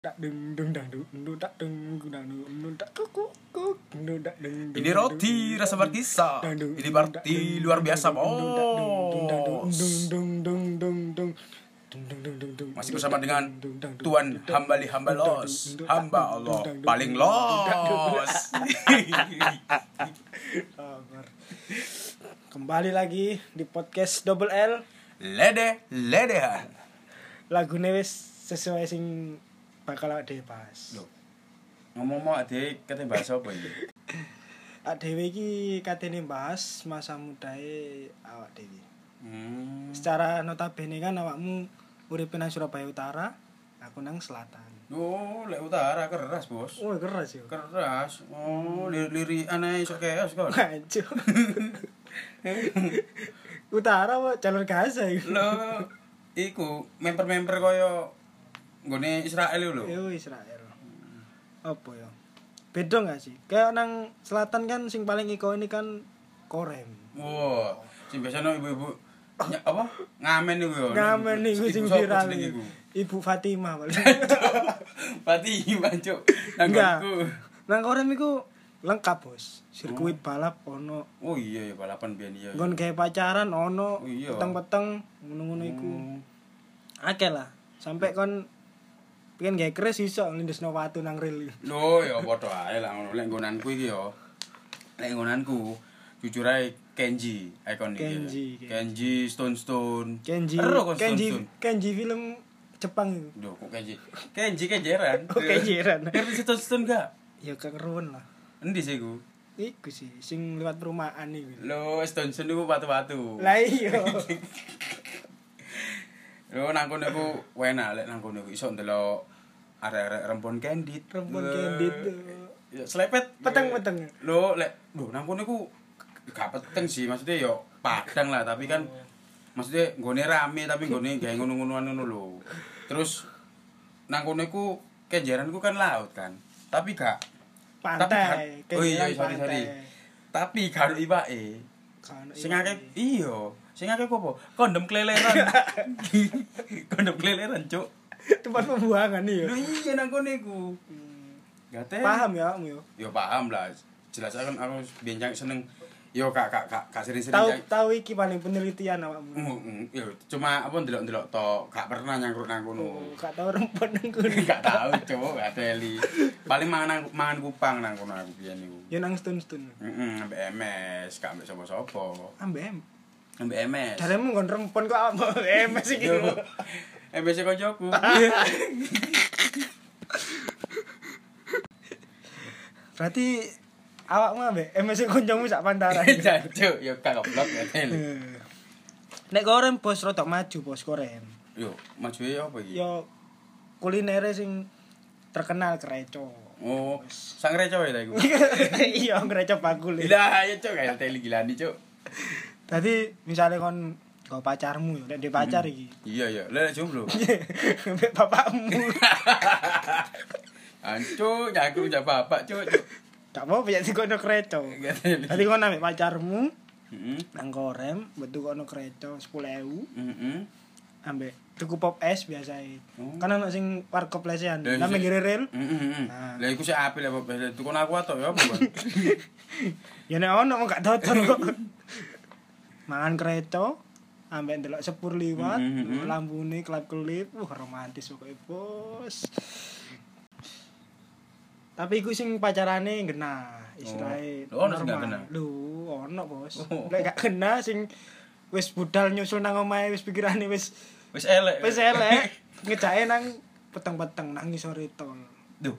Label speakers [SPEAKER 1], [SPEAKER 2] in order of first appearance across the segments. [SPEAKER 1] dak deng deng dak deng deng dak deng deng dak deng deng dak kuk kuk kuk deng dak deng
[SPEAKER 2] Ini roti rasa berkisah. Ini party luar biasa. Oh. Masih bersama dengan Tuan Hambali Hamba Los. Hamba Allah paling los.
[SPEAKER 1] Sabar. Kembali lagi di podcast Double L
[SPEAKER 2] Lede ledehan.
[SPEAKER 1] lagu wis sesuai sing bakal awake dhewe pas.
[SPEAKER 2] Loh. Ngomong-ngomong adik kata bahasa apa ini?
[SPEAKER 1] Awake dhewe iki katene bahas masa mudae awak dhewe.
[SPEAKER 2] Hmm.
[SPEAKER 1] Secara notabene kan awakmu uripe nang Surabaya Utara, aku nang selatan.
[SPEAKER 2] Oh, lek utara keras, Bos.
[SPEAKER 1] Oh, keras yo.
[SPEAKER 2] Keras. Oh, liri-liri aneh iso keos kok.
[SPEAKER 1] Kacau. Utara apa jalur Gaza iku?
[SPEAKER 2] Lo iku member-member koyo nggone Israel iku lho.
[SPEAKER 1] Yo Israel. Apa yo? Beda nggak sih? Kayak nang selatan kan sing paling ikonik kan Korem.
[SPEAKER 2] Wah, sing biasanya ibu-ibu ny- apa? Ngamen iku yo.
[SPEAKER 1] Ngamen iku sing
[SPEAKER 2] Iku sapa
[SPEAKER 1] viral.
[SPEAKER 2] jeneng
[SPEAKER 1] iku.
[SPEAKER 2] iku?
[SPEAKER 1] Ibu Fatimah paling.
[SPEAKER 2] Pati mancuk
[SPEAKER 1] Enggak.
[SPEAKER 2] nanggungku.
[SPEAKER 1] Nang Korem iku lengkap, Bos. Sirkuit balap ono,
[SPEAKER 2] Oh iya ya balapan biyen iya.
[SPEAKER 1] nggon gawe pacaran ono,
[SPEAKER 2] Oh, iya.
[SPEAKER 1] peteng-peteng ngono-ngono iku.
[SPEAKER 2] Hmm.
[SPEAKER 1] Akeh lah. Sampai kon pengen gawe keris iso nglindesno watu nang rel. iku.
[SPEAKER 2] Lho ya padha ae lah ngono. Lek nggonanku iki yo. Lek nggonanku jujur ae Kenji ikon iki.
[SPEAKER 1] Kenji,
[SPEAKER 2] Kenji Stone Stone.
[SPEAKER 1] Kenji,
[SPEAKER 2] Ero kok Stone
[SPEAKER 1] Kenji,
[SPEAKER 2] Stone.
[SPEAKER 1] Kenji film Jepang iku.
[SPEAKER 2] Duh, kok Kenji. Kenji kejeran.
[SPEAKER 1] Oh, kejeran.
[SPEAKER 2] Ngerti Stone Stone gak?
[SPEAKER 1] Ya kekeruan lah.
[SPEAKER 2] Endi sih iku?
[SPEAKER 1] Iku sih sing lewat perumahan iku.
[SPEAKER 2] Lho, Stone Stone iku watu-watu.
[SPEAKER 1] Lah iya.
[SPEAKER 2] Lho nang kono iku enak lek nang kono iku iso ndelok arek-arek rempon kendit.
[SPEAKER 1] Rempon
[SPEAKER 2] Lho,
[SPEAKER 1] kendit.
[SPEAKER 2] Ya selepet
[SPEAKER 1] Peteng-peteng.
[SPEAKER 2] Lho lek lho nang kono iku gak peteng sih maksudnya yo padang lah tapi kan
[SPEAKER 1] Oh.
[SPEAKER 2] maksudnya nggone rame tapi nggone gawe ngono-ngonoan ngono lho. Terus nang kono iku kenjeran iku kan laut kan. Tapi gak tapi gak-
[SPEAKER 1] Pantai.
[SPEAKER 2] Oh iya,
[SPEAKER 1] Kenji
[SPEAKER 2] sorry, sorry.
[SPEAKER 1] pantai.
[SPEAKER 2] Tapi gak ada iwake.
[SPEAKER 1] Kan,
[SPEAKER 2] sing
[SPEAKER 1] iya.
[SPEAKER 2] akeh iya sing akeh ku apa kondom keleleran kondom keleleran cuk
[SPEAKER 1] tempat pembuangan iya.
[SPEAKER 2] lu iya nang kene ku gate
[SPEAKER 1] Paham ya kamu ya?
[SPEAKER 2] yo paham lah jelas kan aku bincang seneng yo kak kak kak kak sering
[SPEAKER 1] Tahu
[SPEAKER 2] sering
[SPEAKER 1] tahu iki paling penelitian awakmu.
[SPEAKER 2] yo Mm, cuma apa ndelok-ndelok tok gak pernah nyangkrut nang kono
[SPEAKER 1] Oh, gak tahu rempon nang kuwi.
[SPEAKER 2] gak tahu cuk gak teli paling mangan mangan kupang nang kono aku biyen niku
[SPEAKER 1] Ya nang stun-stun.
[SPEAKER 2] Heeh, ambek MS, gak ambek sapa-sapa.
[SPEAKER 1] Ambem.
[SPEAKER 2] Ambek MS.
[SPEAKER 1] Daremu kon rempon kok ambek emes iki.
[SPEAKER 2] Yo. MBC koncoku.
[SPEAKER 1] Berarti awakmu ambek emes koncomu sak pantaran.
[SPEAKER 2] Jancuk, yo kagak blok ya tele.
[SPEAKER 1] Eh. Nek korem bos rodok maju bos korem.
[SPEAKER 2] Yo, maju ya apa iki?
[SPEAKER 1] Yo kulinere sing terkenal kreco.
[SPEAKER 2] Oh, sangre cowok ya iku.
[SPEAKER 1] iya kreco bakul. e. ya.
[SPEAKER 2] Lah, ya cok kayak tele gilani cok.
[SPEAKER 1] Dadi misalnya kon go pacarmu yo nek dia pacar
[SPEAKER 2] Hmm.
[SPEAKER 1] iki.
[SPEAKER 2] Iya ya, lek jomblo.
[SPEAKER 1] Ambek bapakmu.
[SPEAKER 2] Ancuk, nyaku njak bapak cok.
[SPEAKER 1] Gak mau punya sing kono kreco.
[SPEAKER 2] Gak teli.
[SPEAKER 1] Dadi kon ambek pacarmu
[SPEAKER 2] Heeh.
[SPEAKER 1] nang korem metu kono kreco 10.000
[SPEAKER 2] Heeh.
[SPEAKER 1] ambek tuku pop es biasae.
[SPEAKER 2] Oh.
[SPEAKER 1] Kan ana sing warkop lesehan.
[SPEAKER 2] Lah,
[SPEAKER 1] Nang
[SPEAKER 2] sing-
[SPEAKER 1] pinggir rel.
[SPEAKER 2] Heeh.
[SPEAKER 1] Nah.
[SPEAKER 2] Lah iku sik apik lah bapak. Tukon aku atok ya apa. Bang?
[SPEAKER 1] Ya nek ono kok gak dodol kok. Mangan kreto ambek ndelok sepur liwat,
[SPEAKER 2] Mhm, mhm.
[SPEAKER 1] lambune kelap-kelip, wah romantis pokoke, Bos. Tapi iku sing pacarane ngena, istilahnya
[SPEAKER 2] Lho, Oh. ono sing gak ngena?
[SPEAKER 1] Lho, ono, Bos.
[SPEAKER 2] Oh.
[SPEAKER 1] Lek gak ngena sing wis budal nyusul nang omahe wis pikirane wis
[SPEAKER 2] Wis elek.
[SPEAKER 1] wis elek, ngejake nang peteng-peteng nang sore tol.
[SPEAKER 2] Duh.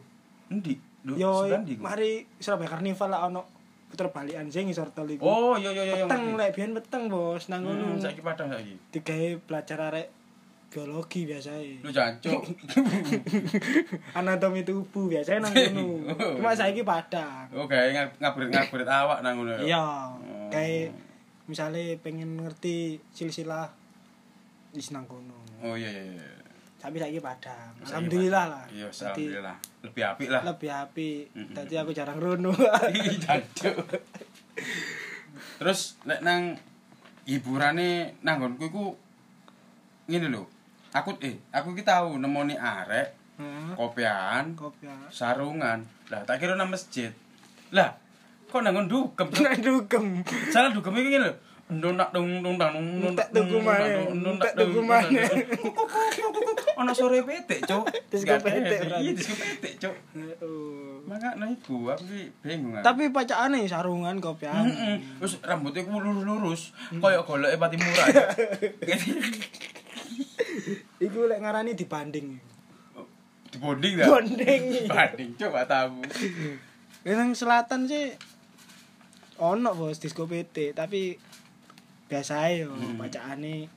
[SPEAKER 2] Endi? Duh,
[SPEAKER 1] Yo,
[SPEAKER 2] sebelah ndi iku?
[SPEAKER 1] mari Surabaya Karnival lah ono puter balikan sing ngisor tol iku.
[SPEAKER 2] Oh, yo yo yo yo.
[SPEAKER 1] peteng lek biyen peteng bos nang ngono
[SPEAKER 2] Hmm, saiki padang saiki.
[SPEAKER 1] digawe pelajar arek biologi biasae
[SPEAKER 2] Lu jancuk.
[SPEAKER 1] anatomi tubuh biasae nang ngono
[SPEAKER 2] Oh.
[SPEAKER 1] cuma saiki padang
[SPEAKER 2] Oke, ngaburit-ngaburit awak nang ngono ya.
[SPEAKER 1] iya
[SPEAKER 2] Oh.
[SPEAKER 1] kayak misalnya pengen ngerti silsilah di nang kono
[SPEAKER 2] Oh iya iya. iya.
[SPEAKER 1] tapi saiki padang
[SPEAKER 2] Saiki
[SPEAKER 1] alhamdulillah lah
[SPEAKER 2] Iya,
[SPEAKER 1] Dadi
[SPEAKER 2] alhamdulillah. Lebih apik lah.
[SPEAKER 1] lebih api tadi aku jarang rono
[SPEAKER 2] Ih, Jancuk. Terus lek nang hiburane nang nggonku iku ngene lho. Aku eh aku iki tau nemoni arek
[SPEAKER 1] Heeh.
[SPEAKER 2] kopian,
[SPEAKER 1] Kopi ya.
[SPEAKER 2] sarungan. Lah tak kira nang masjid. Lah, kok nang dukem?
[SPEAKER 1] Nek dukem.
[SPEAKER 2] Salah dukem iki lho. Nuntak dung dung dang dung dung,
[SPEAKER 1] Entek
[SPEAKER 2] dung,
[SPEAKER 1] tuku
[SPEAKER 2] dung,
[SPEAKER 1] maneh,
[SPEAKER 2] dung, dung,
[SPEAKER 1] entek tuku
[SPEAKER 2] dung, dung,
[SPEAKER 1] maneh.
[SPEAKER 2] dung, dung, dung, dung, dung. Ono sore petik, Cuk.
[SPEAKER 1] Disko
[SPEAKER 2] Nggak ada
[SPEAKER 1] petik
[SPEAKER 2] efek.
[SPEAKER 1] berarti.
[SPEAKER 2] Iya, disko petik, Cuk.
[SPEAKER 1] Heeh.
[SPEAKER 2] Mangakno iku aku ki bingung. aku.
[SPEAKER 1] Tapi pacakane sarungan kopian.
[SPEAKER 2] Heeh. Terus rambutnya ku lurus-lurus, koyo goleke pati murah.
[SPEAKER 1] Iku lek ngarani dibanding.
[SPEAKER 2] Dibonding ya?
[SPEAKER 1] Bonding.
[SPEAKER 2] Banding coba tamu.
[SPEAKER 1] Ya nang selatan sih ono bos disco PT tapi biasa ae yo
[SPEAKER 2] Hmm.
[SPEAKER 1] bacaane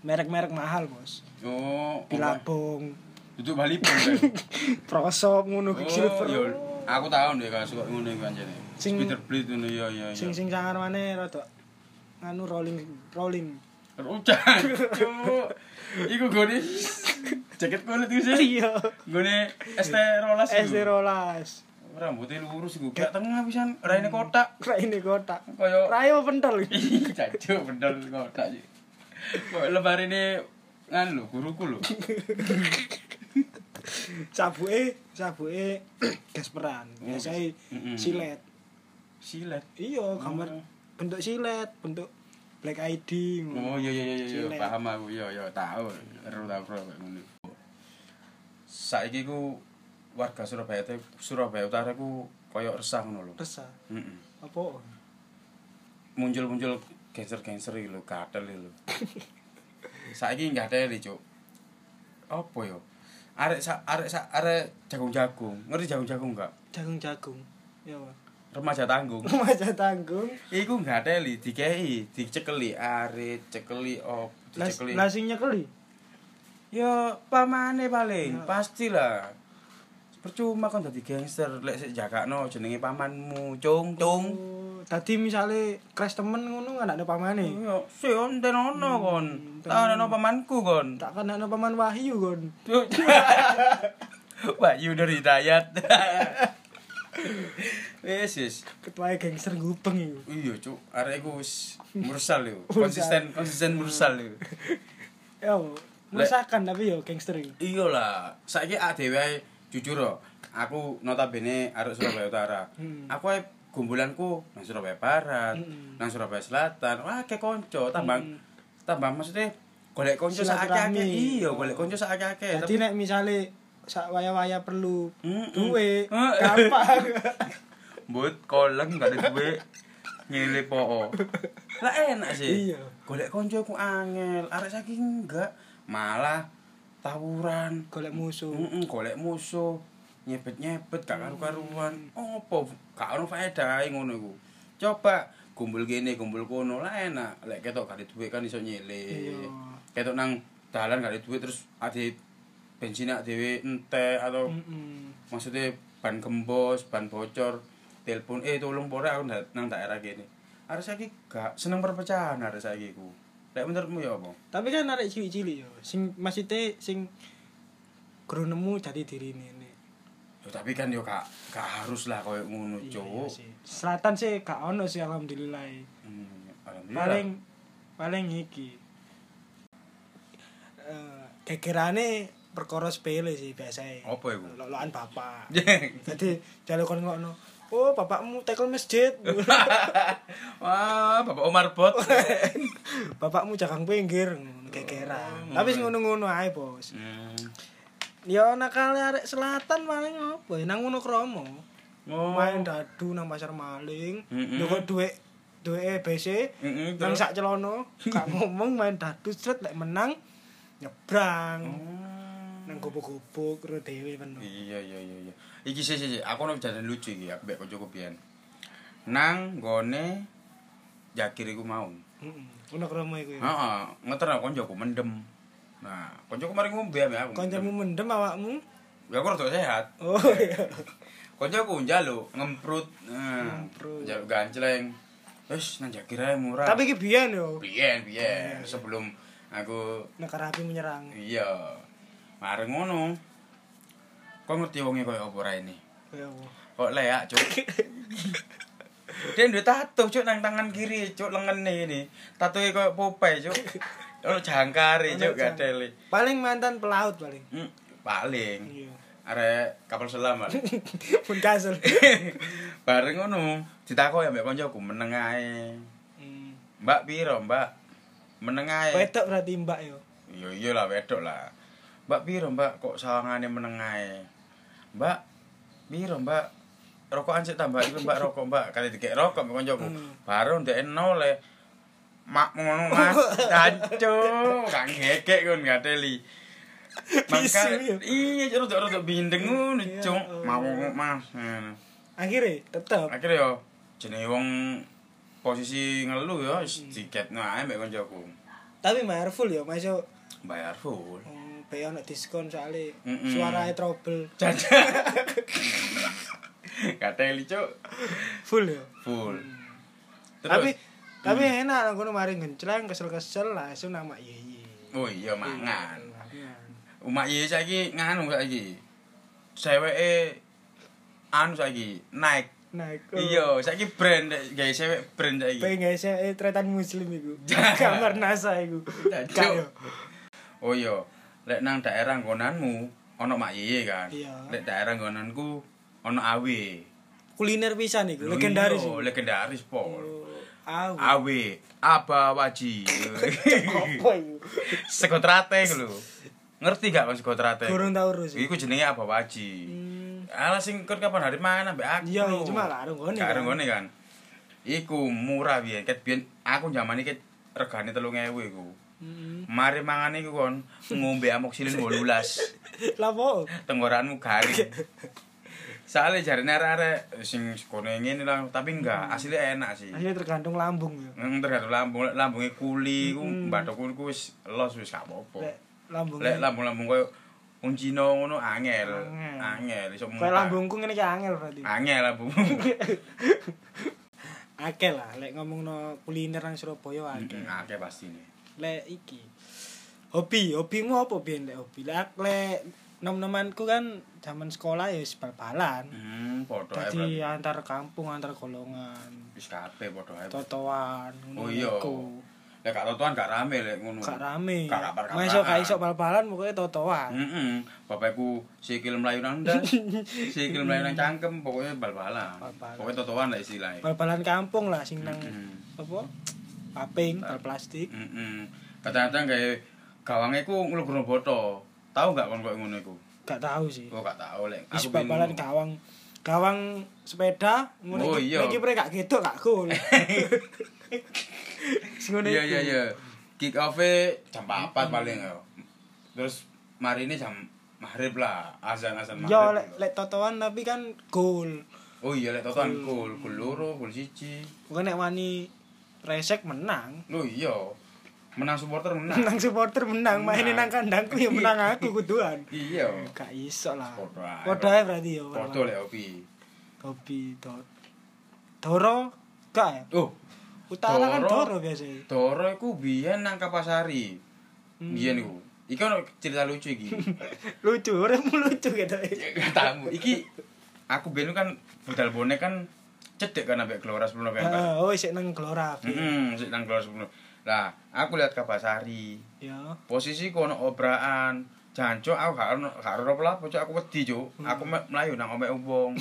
[SPEAKER 1] merek-merek mahal bos.
[SPEAKER 2] Oh,
[SPEAKER 1] Bilabong,
[SPEAKER 2] duduk Bali pun. kan?
[SPEAKER 1] prosop ngono ki
[SPEAKER 2] Oh,
[SPEAKER 1] silver.
[SPEAKER 2] yo. Aku tahu nih kalau suka ngono iku anjene.
[SPEAKER 1] Sing-
[SPEAKER 2] Peter Blit ngono yo yo yo.
[SPEAKER 1] Sing sing sangar maneh rada anu rolling rolling.
[SPEAKER 2] Rucak. Cuk. Iku gone jaket kulit iku sih.
[SPEAKER 1] Iya.
[SPEAKER 2] Gone ST rolas. iku.
[SPEAKER 1] SD rolas.
[SPEAKER 2] Rambutnya lurus iku gak tengah pisan, raine
[SPEAKER 1] Hmm.
[SPEAKER 2] kotak.
[SPEAKER 1] Rai ini kotak.
[SPEAKER 2] Kayak
[SPEAKER 1] Rai apa pentol.
[SPEAKER 2] Ih, Cacuk bener kotak sih. Kok lebar ini ngan lho, guruku lho.
[SPEAKER 1] Sabuke, sabuke gasperan.
[SPEAKER 2] Oh,
[SPEAKER 1] Biasa
[SPEAKER 2] gas- Mm-mm.
[SPEAKER 1] silet.
[SPEAKER 2] Silet.
[SPEAKER 1] Iya, gambar
[SPEAKER 2] Oh.
[SPEAKER 1] bentuk silet, bentuk black ID. ngono.
[SPEAKER 2] Oh iya iya iya iya
[SPEAKER 1] Cilik.
[SPEAKER 2] paham aku iya iya tahu ero tahu bro kayak ngono. Saiki ku warga Surabaya te, Surabaya Utara ku koyo resah ngono lho.
[SPEAKER 1] Resah.
[SPEAKER 2] Heeh.
[SPEAKER 1] Apa?
[SPEAKER 2] Muncul-muncul gangster-gangster iki lho, gatel iki lho. Saiki enggak ada lho, Cuk. Apa yo? Arek sa arek sa arek jagung-jagung. Ngerti jagung-jagung enggak?
[SPEAKER 1] Jagung-jagung. Ya, Pak.
[SPEAKER 2] Remaja tanggung.
[SPEAKER 1] Remaja tanggung.
[SPEAKER 2] Iku enggak ada lho, dikei, dicekeli arek, cekeli op,
[SPEAKER 1] Lah
[SPEAKER 2] dicekeli.
[SPEAKER 1] lah sing nyekeli.
[SPEAKER 2] Ya pamane paling,
[SPEAKER 1] Ya.
[SPEAKER 2] pastilah. Percuma kon dadi gangster lek sik jagakno jenenge pamanmu, cung cung.
[SPEAKER 1] Oh, Tadi misale crash temen ngono kan ada pamane.
[SPEAKER 2] Yo, si onten ono kon. Tak ono pamanku kon.
[SPEAKER 1] Hmm, Tak kan ana paman Wahyu kon.
[SPEAKER 2] Cuk. Wahyu dari Hidayat. Wis wis.
[SPEAKER 1] Ketua gangster gupeng iku.
[SPEAKER 2] Iya, Cuk. Arek iku wis mursal yo.
[SPEAKER 1] Mursal.
[SPEAKER 2] Konsisten konsisten mursal yo.
[SPEAKER 1] Ya, Pak. meresahkan tapi yo gangster iki.
[SPEAKER 2] Iya lah, saiki awake dhewe ae, jujur loh, aku notabene arek Surabaya Utara.
[SPEAKER 1] Hmm.
[SPEAKER 2] Aku ae gumbulanku nang Surabaya Barat,
[SPEAKER 1] Hmm.
[SPEAKER 2] nang Surabaya Selatan, wah akeh kanca, tambah
[SPEAKER 1] Hmm.
[SPEAKER 2] tambah maksudnya golek kanca sak
[SPEAKER 1] Silaturahmi.
[SPEAKER 2] akeh iya, golek kanca sak akeh.
[SPEAKER 1] Jadi nek misale sak waya-waya perlu
[SPEAKER 2] Mm-mm.
[SPEAKER 1] duwe
[SPEAKER 2] Heeh.
[SPEAKER 1] gampang.
[SPEAKER 2] Mbut koleng gak ada duwe nyele po. Lah enak sih.
[SPEAKER 1] Iya.
[SPEAKER 2] Golek kanca ku angel, arek saiki enggak, malah tawuran.
[SPEAKER 1] Golek musuh.
[SPEAKER 2] Heeh, golek musuh, nyebet-nyebet gak karu-karuan. Opo gak ono faedahe ngono iku. Coba kumpul kene, kumpul kono lah enak. Lek ketok gak ada duit kan iso nyele.
[SPEAKER 1] Iya.
[SPEAKER 2] Ketok nang dalan gak ada duit terus ade bensin dhewe entek atau
[SPEAKER 1] Hmm. Mm-mm.
[SPEAKER 2] maksudnya ban gembos, ban bocor, telepon eh tolong pore aku nda- nang daerah kene. Arek saiki gak seneng perpecahan arek saiki iku. Lek menurutmu ya apa?
[SPEAKER 1] Tapi kan arek cilik-cilik yo. Sing maksudnya sing guru nemu jadi diri ini.
[SPEAKER 2] Ya, tapi kan yo gak gak harus lah koyo ngono,
[SPEAKER 1] Iya, iya
[SPEAKER 2] Cuk.
[SPEAKER 1] sih. Selatan sih gak ono sih alhamdulillah.
[SPEAKER 2] Hmm, alhamdulillah.
[SPEAKER 1] Paling paling iki. Eh, kekerane perkara sepele sih biasanya
[SPEAKER 2] Apa iku?
[SPEAKER 1] Lolokan bapak. Jadi jalur kon ngono. Oh, bapakmu tekel masjid.
[SPEAKER 2] Wah, Bapak Omar Bot.
[SPEAKER 1] bapakmu jagang pinggir ngono kekeran. Tapi sing ngono-ngono ae, Bos.
[SPEAKER 2] Hmm.
[SPEAKER 1] Ya nakal arek selatan paling apa? ya, Nang ngono kromo.
[SPEAKER 2] Oh.
[SPEAKER 1] Main dadu nang pasar maling.
[SPEAKER 2] Mm-mm.
[SPEAKER 1] Yo kok duwe duwe EBC.
[SPEAKER 2] Mm-mm,
[SPEAKER 1] Nang
[SPEAKER 2] terus?
[SPEAKER 1] sak celono, gak ngomong main dadu sret lek menang nyebrang.
[SPEAKER 2] Hmm.
[SPEAKER 1] Nang gubuk-gubuk ro dhewe penuh.
[SPEAKER 2] Iya iya iya iya. Iki sih sih, sih. aku ono jalan lucu iki aku mbek kancaku biyen. Nang gone Jakir iku mau.
[SPEAKER 1] Heeh. Ngono kromo iku. ya.
[SPEAKER 2] Heeh, ngeter aku konjoku mendem. Nah, konjoku mari ngombe ambek aku.
[SPEAKER 1] Kancamu mendem awakmu.
[SPEAKER 2] Ya aku rada sehat.
[SPEAKER 1] Oh iya.
[SPEAKER 2] Konjoku njaluk ngemprut. Nah,
[SPEAKER 1] Ngemprut.
[SPEAKER 2] njaluk ganceleng. Wis nang Jakir ae murah.
[SPEAKER 1] Tapi iki biyen yo.
[SPEAKER 2] biyen biyen sebelum aku
[SPEAKER 1] Negara api menyerang.
[SPEAKER 2] iya mari ngono. Kok ngerti wonge koyo apa ra ini?
[SPEAKER 1] Ya Allah.
[SPEAKER 2] Kok leak, Cuk. Dia duwe tato, Cuk, nang tangan kiri, Cuk, lengene ini. Tatoe koyo Popeye, Cuk. Ono jangkare, Cuk,
[SPEAKER 1] Ono jang-
[SPEAKER 2] gadele.
[SPEAKER 1] Paling mantan pelaut paling.
[SPEAKER 2] Hmm, paling
[SPEAKER 1] Iya.
[SPEAKER 2] arek kapal selam Pak.
[SPEAKER 1] Pun kasur.
[SPEAKER 2] bareng ngono ditakoi ambek koncoku meneng ae
[SPEAKER 1] Hmm.
[SPEAKER 2] mbak piro mbak meneng ae
[SPEAKER 1] Wedok berarti mbak yo.
[SPEAKER 2] yo iya lah wedok lah mbak piro mbak kok sawangane meneng ae mbak piro mbak rokokan sik tambah iku mbak rokok mbak kali dikek rokok ambek koncoku
[SPEAKER 1] Hmm.
[SPEAKER 2] baru ndek noleh mak ngono mas danco kan gekek kon gateli Maka,
[SPEAKER 1] Bisu, ya.
[SPEAKER 2] iya, jorok-jorok bindeng ngono,
[SPEAKER 1] Iya,
[SPEAKER 2] cung.
[SPEAKER 1] oh.
[SPEAKER 2] Mau mas. ngono.
[SPEAKER 1] Akhirnya tetep.
[SPEAKER 2] akhirnya yo jenenge wong posisi ngeluh yo
[SPEAKER 1] Hmm.
[SPEAKER 2] wis diketno ae mbek koncoku
[SPEAKER 1] Tapi marful yo masuk
[SPEAKER 2] bayar full
[SPEAKER 1] Hmm, Bayo nek diskon soalnya
[SPEAKER 2] Mm-mm.
[SPEAKER 1] suaranya trouble
[SPEAKER 2] jajan kateli cuk
[SPEAKER 1] full yo.
[SPEAKER 2] full
[SPEAKER 1] Hmm.
[SPEAKER 2] terus Mm.
[SPEAKER 1] Tapi tapi enak nang kono mari gencelang kesel-kesel langsung nama Yeyi.
[SPEAKER 2] oh iya mangan
[SPEAKER 1] Mangan.
[SPEAKER 2] umak iya saiki nganu saiki ceweke anu saiki naik
[SPEAKER 1] Nah, iku.
[SPEAKER 2] iya saiki brand gawe cewek brand saiki
[SPEAKER 1] Pengen saya eh, tretan muslim iku. Kamar NASA iku. Kayo.
[SPEAKER 2] Oh iya, lek nang daerah nggonanmu ana mak yeye kan.
[SPEAKER 1] Iya.
[SPEAKER 2] Lek daerah nggonanku ana awe.
[SPEAKER 1] Kuliner pisan iku, legendaris.
[SPEAKER 2] Iya,
[SPEAKER 1] iku.
[SPEAKER 2] legendaris pol.
[SPEAKER 1] Oh, Awu.
[SPEAKER 2] Awe, aba waji.
[SPEAKER 1] Apa iku?
[SPEAKER 2] Sego trate iku lho. Ngerti gak kon sego trate?
[SPEAKER 1] Gurung tau urus. iku.
[SPEAKER 2] Iku jenenge apa waji.
[SPEAKER 1] Hmm.
[SPEAKER 2] Alah sing kon kapan hari mangan ambek aku.
[SPEAKER 1] Iya,
[SPEAKER 2] lho.
[SPEAKER 1] cuma lah arung ngene.
[SPEAKER 2] Gak arung ngene kan. Iku murah biyen, ket biyen aku jaman iki regane 3000 iku.
[SPEAKER 1] mm.
[SPEAKER 2] Mari mangan iku kon ngombe amoksilin 18.
[SPEAKER 1] Lapo?
[SPEAKER 2] tenggoranmu garing soalnya jarine arek-arek sing sekolah ngene lah tapi enggak
[SPEAKER 1] Hmm.
[SPEAKER 2] asli enak sih
[SPEAKER 1] Akhirnya tergantung lambung ya.
[SPEAKER 2] Mm, tergantung lambung Lek lambungnya kuli ku bathokku ku wis los wis gak
[SPEAKER 1] Hmm.
[SPEAKER 2] apa-apa
[SPEAKER 1] Lek lambung.
[SPEAKER 2] lek lambung-lambung koyo wong Cina ngono angel
[SPEAKER 1] Angel.
[SPEAKER 2] angel iso
[SPEAKER 1] Kayak
[SPEAKER 2] muntah. Ah.
[SPEAKER 1] lambungku ngene ki angel berarti.
[SPEAKER 2] angel lambung
[SPEAKER 1] Akeh lah lek ngomongno kuliner nang Surabaya akeh.
[SPEAKER 2] akeh pastine
[SPEAKER 1] Lek iki. Hobi, hobimu apa biyen lek hobi? Lek aku- lek nom-nomanku kan zaman sekolah ya wis bal-balan.
[SPEAKER 2] hmm padha ae
[SPEAKER 1] Dadi
[SPEAKER 2] berarti.
[SPEAKER 1] antar kampung, antar golongan,
[SPEAKER 2] wis kabeh padha ae
[SPEAKER 1] totoan, ngono
[SPEAKER 2] oh iya
[SPEAKER 1] iku.
[SPEAKER 2] lek gak totoan gak rame lek ngono
[SPEAKER 1] Gak rame.
[SPEAKER 2] Gak kabar-kabaran.
[SPEAKER 1] Masuk gak iso bal-balan pokoke totoan.
[SPEAKER 2] Heeh, bapakku sikil mlayu nang ndas, sikil mlayu nang cangkem, pokoknya bal-balan.
[SPEAKER 1] Bal-balan.
[SPEAKER 2] Pokoknya totoan lah istilahnya.
[SPEAKER 1] Bal-balan kampung lah sing nang
[SPEAKER 2] Mm.
[SPEAKER 1] apa? Paping, bal plastik.
[SPEAKER 2] Heeh. Kadang-kadang kayak gawange ku nglugrono boto. Tahu enggak kon koyo ngono iku?
[SPEAKER 1] Gak tahu sih.
[SPEAKER 2] Kok gak tahu lek.
[SPEAKER 1] Wis
[SPEAKER 2] pengen
[SPEAKER 1] bal-balan
[SPEAKER 2] ngono.
[SPEAKER 1] gawang gawang sepeda
[SPEAKER 2] Oh,
[SPEAKER 1] ngono iki
[SPEAKER 2] iya.
[SPEAKER 1] iki pre gak gedok gak gol. Sing ngono
[SPEAKER 2] Iya
[SPEAKER 1] iku.
[SPEAKER 2] iya iya. Kick off-e jam 4 paling yo. Terus mari ini jam maghrib lah, azan-azan
[SPEAKER 1] Ya
[SPEAKER 2] maghrib.
[SPEAKER 1] lek lek totoan tapi kan gol.
[SPEAKER 2] Oh iya lek totoan gol, gol loro, gol siji.
[SPEAKER 1] Bukan nek wani resek menang.
[SPEAKER 2] Loh iya. Menang supporter menang.
[SPEAKER 1] Menang supporter menang, mainin nang kandangku ya menang aku kuduan.
[SPEAKER 2] Iya.
[SPEAKER 1] Gak iso lah.
[SPEAKER 2] Podo ae.
[SPEAKER 1] Podo ae berarti yo.
[SPEAKER 2] Padha lek opi.
[SPEAKER 1] Hobi to. Doro gak ya?
[SPEAKER 2] Oh,
[SPEAKER 1] Utara kan
[SPEAKER 2] Doro.
[SPEAKER 1] doro biasanya.
[SPEAKER 2] Doro iku biyen nang Kapasari. Biyen iku. Iki ono cerita lucu iki.
[SPEAKER 1] Lucu, uripmu lucu gitu.
[SPEAKER 2] Katamu iki aku biyen kan budal bonek kan cedek kan sampai keluar 10 November.
[SPEAKER 1] Ah, oh isek nang Glora. Bi.
[SPEAKER 2] Heeh, sik nang keluar 10. Lah, aku lihat Kapasari.
[SPEAKER 1] Ya.
[SPEAKER 2] Posisi ku ono obrakan. Jancuk aku gak ono gak ora apa cuk aku wedi cuk. Aku me- melayu nang omek wong.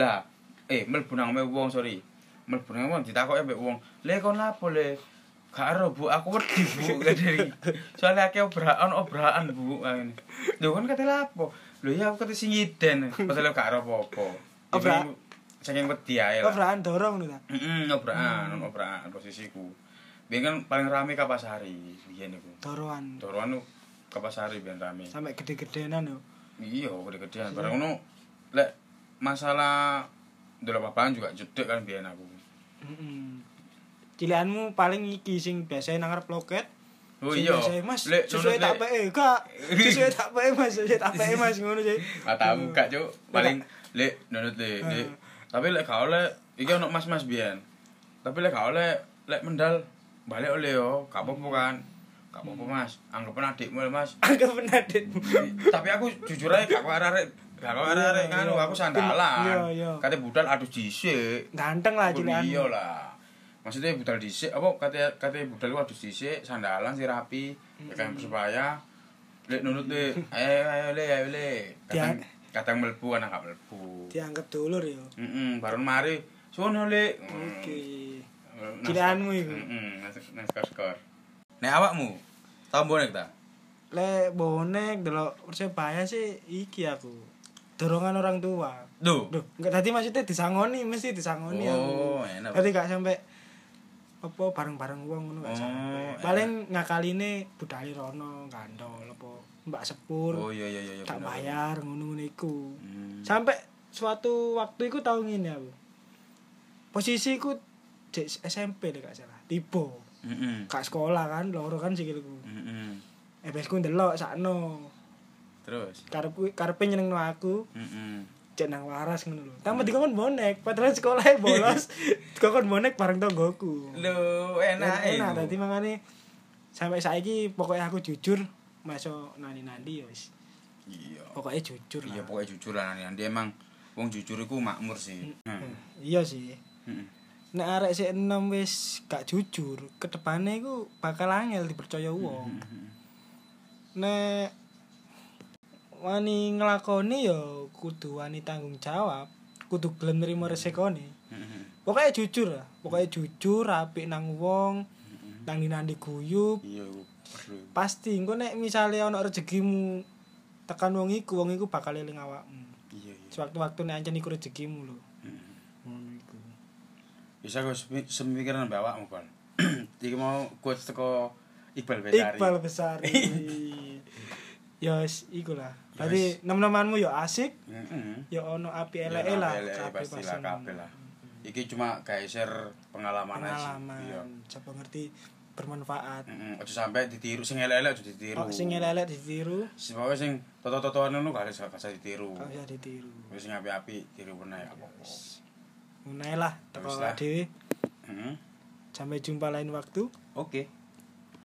[SPEAKER 2] Lah, eh mlebu nang omek wong sorry. Mlebu nang wong ditakoki mbek wong. Le kon lapo le? Gak ero Bu, aku wedi Bu dari. Soale akeh obrakan obrakan Bu. Ah, ini. Lho kon kate lapo? Lho ya aku kate sing ngiden. Padahal gak ero apa-apa.
[SPEAKER 1] Obrak.
[SPEAKER 2] Ini Saking wedi ae
[SPEAKER 1] Oh,
[SPEAKER 2] lah.
[SPEAKER 1] beraan dorong lho ta.
[SPEAKER 2] Heeh, obrakan, obrakan posisiku. Biyen kan paling rame Kapasari, biyen iku.
[SPEAKER 1] Doroan.
[SPEAKER 2] Doroan ku Kapasari biyen rame.
[SPEAKER 1] Sampai gede-gedenan yo.
[SPEAKER 2] Iya, gede-gedean. Barang ngono lek masalah ndelok papan juga jedek kan biyen aku.
[SPEAKER 1] Heeh. Cilianmu paling iki sing biasa nang arep loket.
[SPEAKER 2] Oh
[SPEAKER 1] Sing
[SPEAKER 2] iya.
[SPEAKER 1] biasanya, Mas,
[SPEAKER 2] Lek
[SPEAKER 1] sesuai tak
[SPEAKER 2] apa?
[SPEAKER 1] peke, Kak. Sesuai tak peke, Mas, sesuai tak peke, Mas ngono sih.
[SPEAKER 2] Matamu ah, gak, Cuk. Paling lek nunut lek.
[SPEAKER 1] Ah.
[SPEAKER 2] lek. Tapi lek gak oleh iki ono mas-mas biyen. Tapi lek gak oleh lek mendal balik oleh yo, gak apa-apa kan. Gak apa-apa,
[SPEAKER 1] Hmm.
[SPEAKER 2] Mas. Anggapan adikmu, Mas.
[SPEAKER 1] Agak penadit.
[SPEAKER 2] tapi aku jujur aja gak kok arek gak kok arek
[SPEAKER 1] Iya,
[SPEAKER 2] kan
[SPEAKER 1] iya.
[SPEAKER 2] aku sandalan
[SPEAKER 1] Iya, iya.
[SPEAKER 2] kate budal adus dhisik
[SPEAKER 1] Ganteng lah
[SPEAKER 2] Aku Oh iya
[SPEAKER 1] cilianmu.
[SPEAKER 2] lah maksudnya budal dhisik apa kate kate budal ku adus dhisik sandalan sih rapi ya kan supaya Lek nunut le, ayo ayo le, ayo le. Kadang
[SPEAKER 1] Dia-
[SPEAKER 2] kadang mlebu anak gak mlebu.
[SPEAKER 1] Dianggap dulur yo.
[SPEAKER 2] Heeh, baru mari. Sono le. Mm.
[SPEAKER 1] Oke.
[SPEAKER 2] Nas-
[SPEAKER 1] Cilianmu iku.
[SPEAKER 2] Heeh, nang skor. Nek awakmu, tau bonek ta?
[SPEAKER 1] Lek bonek delok Persebaya sih iki aku. Dorongan orang tua.
[SPEAKER 2] Duh.
[SPEAKER 1] Duh, enggak tadi maksudnya disangoni mesti disangoni
[SPEAKER 2] Oh,
[SPEAKER 1] aku.
[SPEAKER 2] enak.
[SPEAKER 1] Tadi gak sampai apa bareng-bareng wong ngono gak
[SPEAKER 2] Oh,
[SPEAKER 1] sampe.
[SPEAKER 2] enak.
[SPEAKER 1] Paling ngakaline budali rono gandol apa Mbak Sepur.
[SPEAKER 2] Oh iya iya iya iya.
[SPEAKER 1] tak
[SPEAKER 2] bener.
[SPEAKER 1] bayar ngono-ngono iku.
[SPEAKER 2] Hmm.
[SPEAKER 1] Sampai suatu waktu iku tau ngene aku. Posisiku di SMP deh gak salah. Tiba.
[SPEAKER 2] Heeh.
[SPEAKER 1] Kak sekolah kan, loro kan sikilku.
[SPEAKER 2] Heeh.
[SPEAKER 1] Ebesku ndelok sakno.
[SPEAKER 2] Terus.
[SPEAKER 1] Karep karepe nyenengno aku,
[SPEAKER 2] Heeh.
[SPEAKER 1] cek nang waras ngono lho. Tambah dikon bonek, padahal sekolahnya bolos. dikon bonek bareng tonggoku.
[SPEAKER 2] Lho, enak
[SPEAKER 1] Enak,
[SPEAKER 2] e.
[SPEAKER 1] enak dadi mangane sampai saiki pokoknya aku jujur masuk nani-nani ya wis.
[SPEAKER 2] Iya.
[SPEAKER 1] Pokoknya jujur lah.
[SPEAKER 2] Iya pokoknya jujur lah Nanti emang wong jujur iku makmur sih. Hmm. Heeh.
[SPEAKER 1] Hmm, Iya sih.
[SPEAKER 2] Heeh.
[SPEAKER 1] Nek arek sik enom wis gak jujur, kedepane iku bakal angel dipercaya wong.
[SPEAKER 2] Hmm.
[SPEAKER 1] Nek wani nglakoni ya kudu wani tanggung jawab, kudu gelem nrimo resikone.
[SPEAKER 2] Heeh.
[SPEAKER 1] Pokoke jujur lah, pokoke jujur, apik nang wong, nang dinandi guyub.
[SPEAKER 2] Iya iku perlu.
[SPEAKER 1] Pasti engko nek misale ana rezekimu tekan wong iku, wong iku bakal eling awakmu.
[SPEAKER 2] Iya iya.
[SPEAKER 1] Sewaktu-waktu nek ancen iku rezekimu lho.
[SPEAKER 2] Heeh.
[SPEAKER 1] Ngono iku.
[SPEAKER 2] Bisa gue semi- semikiran mbak awakmu kan. Iki mau quotes teko Iqbal Besari.
[SPEAKER 1] Iqbal Besari. ya wis iku lah. Berarti nom-nomanmu ya asik,
[SPEAKER 2] Heeh.
[SPEAKER 1] ya ono api
[SPEAKER 2] Ya,
[SPEAKER 1] eleke lah.
[SPEAKER 2] elek-elek
[SPEAKER 1] kabeh
[SPEAKER 2] pasti lah,
[SPEAKER 1] pasengan.
[SPEAKER 2] kabeh lah. Iki cuma kayak share pengalaman, aja. Iya.
[SPEAKER 1] Pengalaman, siapa ngerti bermanfaat.
[SPEAKER 2] Heeh. Ojo sampai ditiru sing elek-elek ojo ditiru.
[SPEAKER 1] Kok Oh, sing elek ditiru,
[SPEAKER 2] Sing pokoknya sing toto-totoan ngono gak usah gak usah ditiru.
[SPEAKER 1] kok ya ditiru.
[SPEAKER 2] Wis sing api-api tiru meneh gak apa-apa.
[SPEAKER 1] Ngono ae lah, teko
[SPEAKER 2] Wis lah.
[SPEAKER 1] dhewe.
[SPEAKER 2] Heeh.
[SPEAKER 1] Sampai jumpa lain waktu.
[SPEAKER 2] Hmm? Oke.